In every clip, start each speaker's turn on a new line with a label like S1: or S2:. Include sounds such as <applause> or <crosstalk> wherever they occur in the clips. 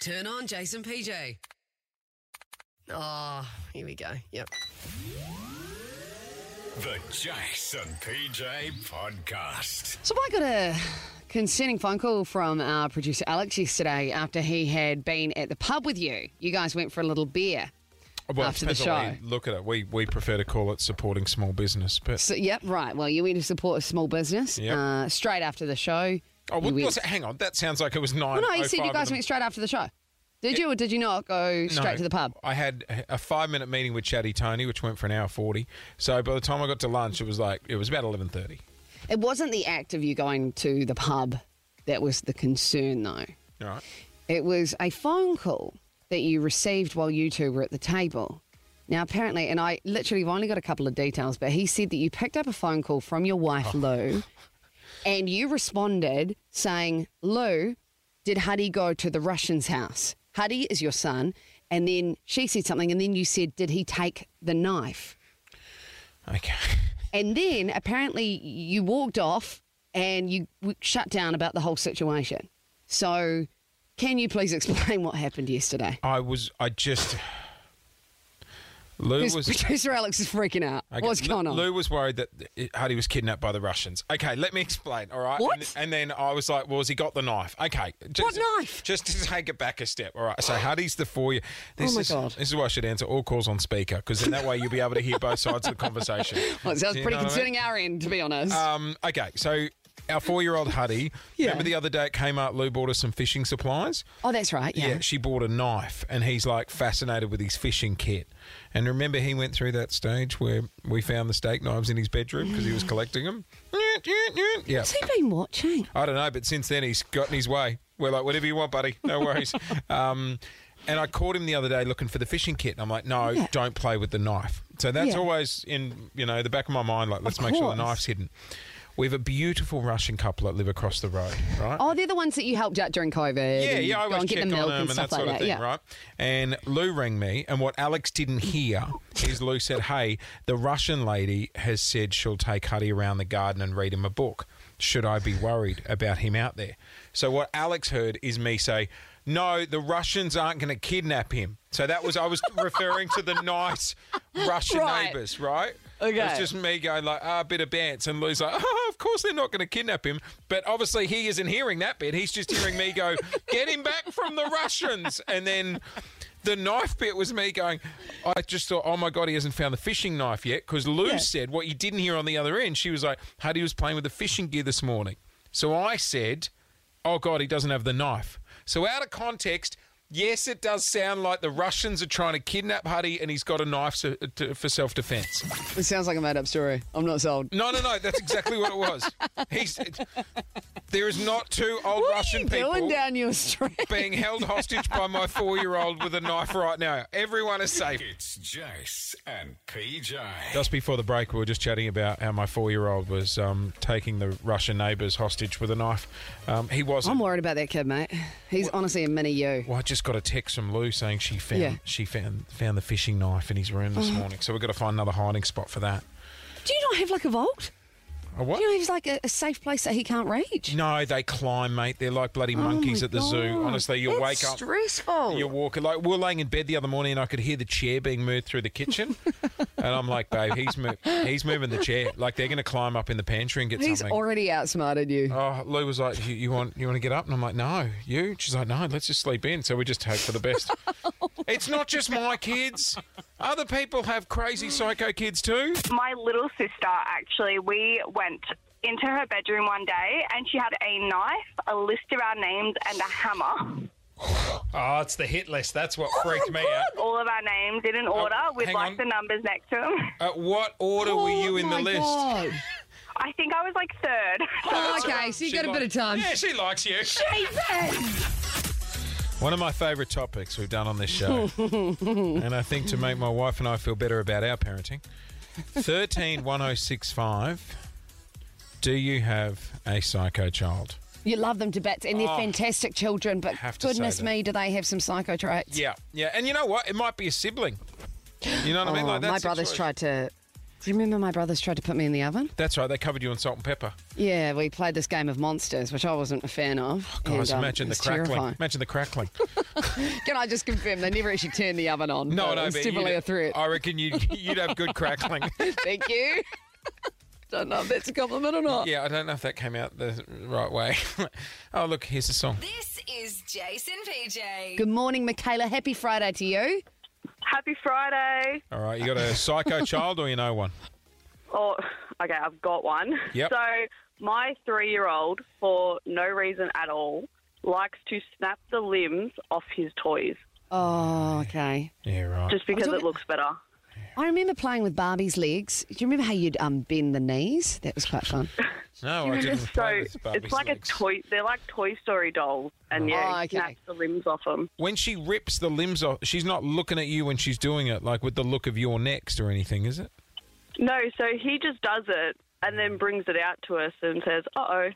S1: Turn on Jason PJ. Oh, here we go. Yep.
S2: The Jason PJ Podcast.
S1: So I got a concerning phone call from our producer Alex yesterday after he had been at the pub with you. You guys went for a little beer.
S3: Well,
S1: after the
S3: depends on how
S1: show.
S3: you look at it. We we prefer to call it supporting small business, but
S1: So, yep, right. Well, you went to support a small business
S3: Yep.
S1: uh, straight after the show.
S3: oh,
S1: you
S3: what,
S1: went-
S3: was it? Hang on, that sounds like it was nine. oh
S1: Well, no, you said you guys went straight after the show. Did you or did you not go straight to the pub?
S3: I had a five minute meeting with Chatty Tony, which went for an hour forty. So by the time I got to lunch, it was like it was about eleven thirty.
S1: It wasn't the act of you going to the pub that was the concern, though.
S3: All right.
S1: It was a phone call that you received while you two were at the table. Now, apparently, and I literally have only got a couple of details, but he said that you picked up a phone call from your wife,
S3: Oh.
S1: Lou, and you responded saying, Lou, did Huddy go to the Russian's house? Huddy is your son. And then she said something, and then you said, Did he take the knife?
S3: Okay.
S1: And then apparently you walked off and you w- shut down about the whole situation. So, can you please <laughs> explain what happened yesterday?
S3: I was. I just. Lou
S1: Because
S3: was.
S1: producer Alex is freaking out.
S3: Okay,
S1: What's
S3: Lou-
S1: going on?
S3: Lou was worried that uh, Hardy was kidnapped by the Russians. Okay, let me explain. All right.
S1: What?
S3: And, and then I was like, well, has he got the knife? Okay. Just,
S1: What knife?
S3: Just to take it back a step. All right. So Hardy's the four year. This
S1: Oh my
S3: is,
S1: God.
S3: This is why I should answer all calls on speaker because then that way you'll be able to hear both sides of the conversation.
S1: <laughs> well, it sounds
S3: Do you
S1: pretty
S3: know what I mean?
S1: concerning our end, to be honest.
S3: Um, okay, so our four-year-old Huddy.
S1: Yeah.
S3: Remember the other day at Kmart, Lou bought us some fishing supplies.
S1: oh, that's right. Yeah.
S3: Yeah. she bought a knife, and he's like fascinated with his fishing kit. And remember, he went through that stage where we found the steak knives in his bedroom because he was collecting them. Yeah,
S1: Has he been watching?
S3: I don't know, but since then he's gotten his way. We're like, whatever you want, buddy,
S1: <laughs>
S3: no worries. um, and I caught him the other day looking for the fishing kit, and I'm like, no,
S1: Yeah.
S3: don't play with the knife. So that's
S1: Yeah.
S3: always in you know the back of my mind. Like, let's make sure
S1: course.
S3: the knife's hidden. We have a beautiful Russian couple that live across the road, right?
S1: Oh, they're the ones that you helped out during COVID.
S3: Yeah,
S1: and
S3: yeah, I
S1: go
S3: always
S1: and
S3: check
S1: get the
S3: on
S1: milk
S3: them
S1: and
S3: and that
S1: stuff
S3: sort
S1: like
S3: of
S1: that.
S3: thing,
S1: yeah.
S3: right? And Lou rang me, and what Alex didn't hear is Lou said, "Hey, the Russian lady has said she'll take Huddy around the garden and read him a book. Should I be worried about him out there?" So what Alex heard is me say. No, the Russians aren't going to kidnap him. So that was I was referring to the nice
S1: <laughs>
S3: Russian
S1: Right.
S3: neighbours, right?
S1: Okay.
S3: It was just me going like, ah, a bit of bants, and Lou's like, oh, of course they're not going to kidnap him. But obviously he isn't hearing that bit. He's just hearing me go, get him back from the Russians. And then the knife bit was me going, I just thought, oh my God, he hasn't found the fishing knife yet. Because Lou
S1: Yeah.
S3: said what you didn't hear on the other end. She was like, Huddy was playing with the fishing gear this morning. So I said, oh God, he doesn't have the knife. So out of context, Yes, it does sound like the Russians are trying to kidnap Huddy and he's got a knife so, to, for self defense.
S1: It sounds like a made up story. I'm not sold.
S3: No, no, no. That's exactly what it was. He's there is not two old
S1: What are
S3: Russian
S1: you doing
S3: people
S1: down your street?
S3: being held hostage by my four-year-old with a knife right now. Everyone is safe.
S2: It's Jace and PJ.
S3: Just before the break, we were just chatting about how my four-year-old was um, taking the Russian neighbours hostage with a knife. Um, he wasn't.
S1: I'm worried about that kid, mate. He's honestly a mini you.
S3: well, I just got a text from Lou saying she found
S1: Yeah. Oh.
S3: she found found the fishing knife in his room this morning. So we've got to find another hiding spot for that.
S1: Do you not have like a vault?
S3: A what?
S1: Do you know he's like a, a safe place that he can't reach?
S3: No, they climb, mate. They're like
S1: Oh
S3: bloody monkeys at the zoo. Honestly, you
S1: It's
S3: wake up.
S1: Stressful.
S3: You're walking like we we're laying in bed the other morning, and I could hear the chair being moved through the kitchen,
S1: <laughs>
S3: and I'm like, babe, he's mo- he's moving the chair. Like they're going to climb up in the pantry and get
S1: He's
S3: something.
S1: already outsmarted you.
S3: oh, Lou was like, you, you want you want to get up? And I'm like, no, you. She's like, no, let's just sleep in. So we just hope for
S1: <laughs>
S3: the best.
S1: Oh.
S3: it's not just my kids. Other people have crazy psycho kids too.
S4: My little sister, actually, we went into her bedroom one day and she had a knife, a list of our names, and a hammer.
S3: Oh, it's the hit list. That's
S1: Oh
S3: what freaked me out.
S4: All of our names in an order with
S3: Oh, hang
S4: like
S3: on.
S4: the numbers next to them.
S3: At what order were you in the
S1: Oh my
S3: list? <laughs>
S1: God.
S4: I think I was like third. <laughs>
S1: Oh, okay, so you
S3: She
S1: got a bit
S3: li-
S1: of time.
S3: Yeah, she likes you. One of my favourite topics we've done on
S1: <laughs>
S3: this show, and I think to make my wife and I feel better about our parenting, 131065, do you have a psycho child?
S1: You love them to bits, and they're
S3: Oh,
S1: fantastic children. But
S3: have to say
S1: goodness
S3: that.
S1: me, do they have some psycho traits?
S3: Yeah, yeah, and you know what? It might be a sibling. You know what I mean?
S1: Oh,
S3: Like that
S1: my brothers
S3: situation.
S1: tried to. Do you remember my brothers tried to put me in the oven?
S3: That's right, they covered you in salt and pepper.
S1: Yeah, we played this game of monsters, which I wasn't a fan of.
S3: Oh, Guys,
S1: and, um,
S3: imagine
S1: it
S3: the
S1: was
S3: crackling.
S1: terrifying. <laughs>
S3: Imagine the crackling.
S1: Can I just confirm they never actually turned the oven on?
S3: No,
S1: but
S3: no,
S1: It's
S3: but
S1: definitely
S3: you'd-
S1: a threat.
S3: I
S1: <laughs>
S3: reckon you'd, you'd have good crackling.
S1: Thank you. <laughs> Don't know if that's a compliment or not.
S3: yeah, I don't know if that came out the right way. <laughs> oh, look, here's the song.
S5: This is Jason PJ.
S1: Good morning, Michaela. Happy Friday to you.
S4: Happy Friday.
S3: All right, you got a
S1: <laughs>
S3: psycho child or you know one?
S4: Oh, okay, I've got one.
S3: Yep.
S4: So my three-year-old, for no reason at all, likes to snap the limbs off his toys
S1: Oh, okay.
S3: Yeah, right.
S4: just because it looks better.
S1: I remember playing with Barbie's legs. Do you remember how you'd um, bend the knees? That was quite fun.
S3: no, I didn't
S4: <laughs> So
S3: play with Barbie's
S4: it's like
S3: legs.
S4: a toy. They're like Toy Story dolls, and yeah,
S1: Oh,
S4: he
S1: okay.
S4: snaps the limbs off them.
S3: When she rips the limbs off, she's not looking at you when she's doing it, like with the look of your next or anything, <laughs> is it?
S4: No, so he just does it and then brings it out to us and says, "Uh oh."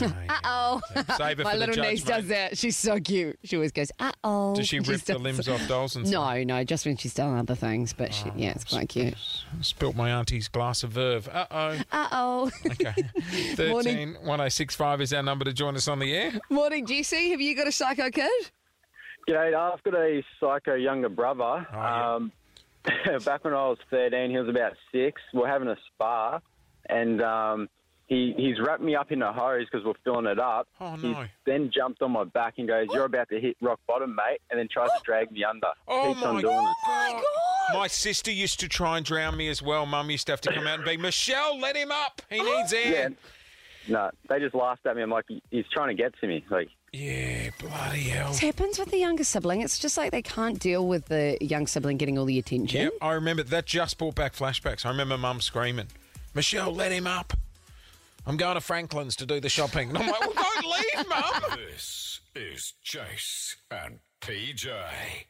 S3: Uh
S1: Oh,
S3: <laughs> Save it
S1: my little
S3: for the judge,
S1: niece
S3: mate.
S1: does that. She's so cute. She always goes, uh oh.
S3: Does she rip the limbs off Oh, dolls and stuff?
S1: No, no, just when she's done other things. But she, yeah, it's quite cute.
S3: Spilt my auntie's glass of verve. Uh oh.
S1: Uh oh.
S3: Okay. 13
S1: Morning.
S3: 1065 is our number to join us on the air.
S1: <laughs> Morning, Jesse. Have you got a psycho kid?
S6: G'day, I've got a psycho younger brother.
S3: Oh, yeah.
S6: um, <laughs> back when I was 13, he was about six. We're having a spa, and um, he, he's wrapped me up in a hose because we're filling it up.
S3: Oh,
S6: He's
S3: no.
S6: then jumped on my back and goes, You're about to hit rock bottom, mate, and then tries to drag me under.
S3: <gasps> Oh,
S6: Keeps on
S3: my
S6: doing
S3: God.
S6: it.
S3: My sister used to try and drown me as well. Mum used to have to come out and be, Michelle, let him up. He needs air.
S6: No, they just laughed at me. I'm like, "He- He's trying to get to me. Like,
S3: Yeah, bloody hell.
S1: It happens with the younger sibling. It's just like they can't deal with the young sibling getting all the attention.
S3: Yeah, I remember that just brought back flashbacks. I remember mum screaming, Michelle, let him up. I'm going to Franklin's to do the shopping. And I'm like, well, don't leave, mum.
S2: This is Jace and PJ.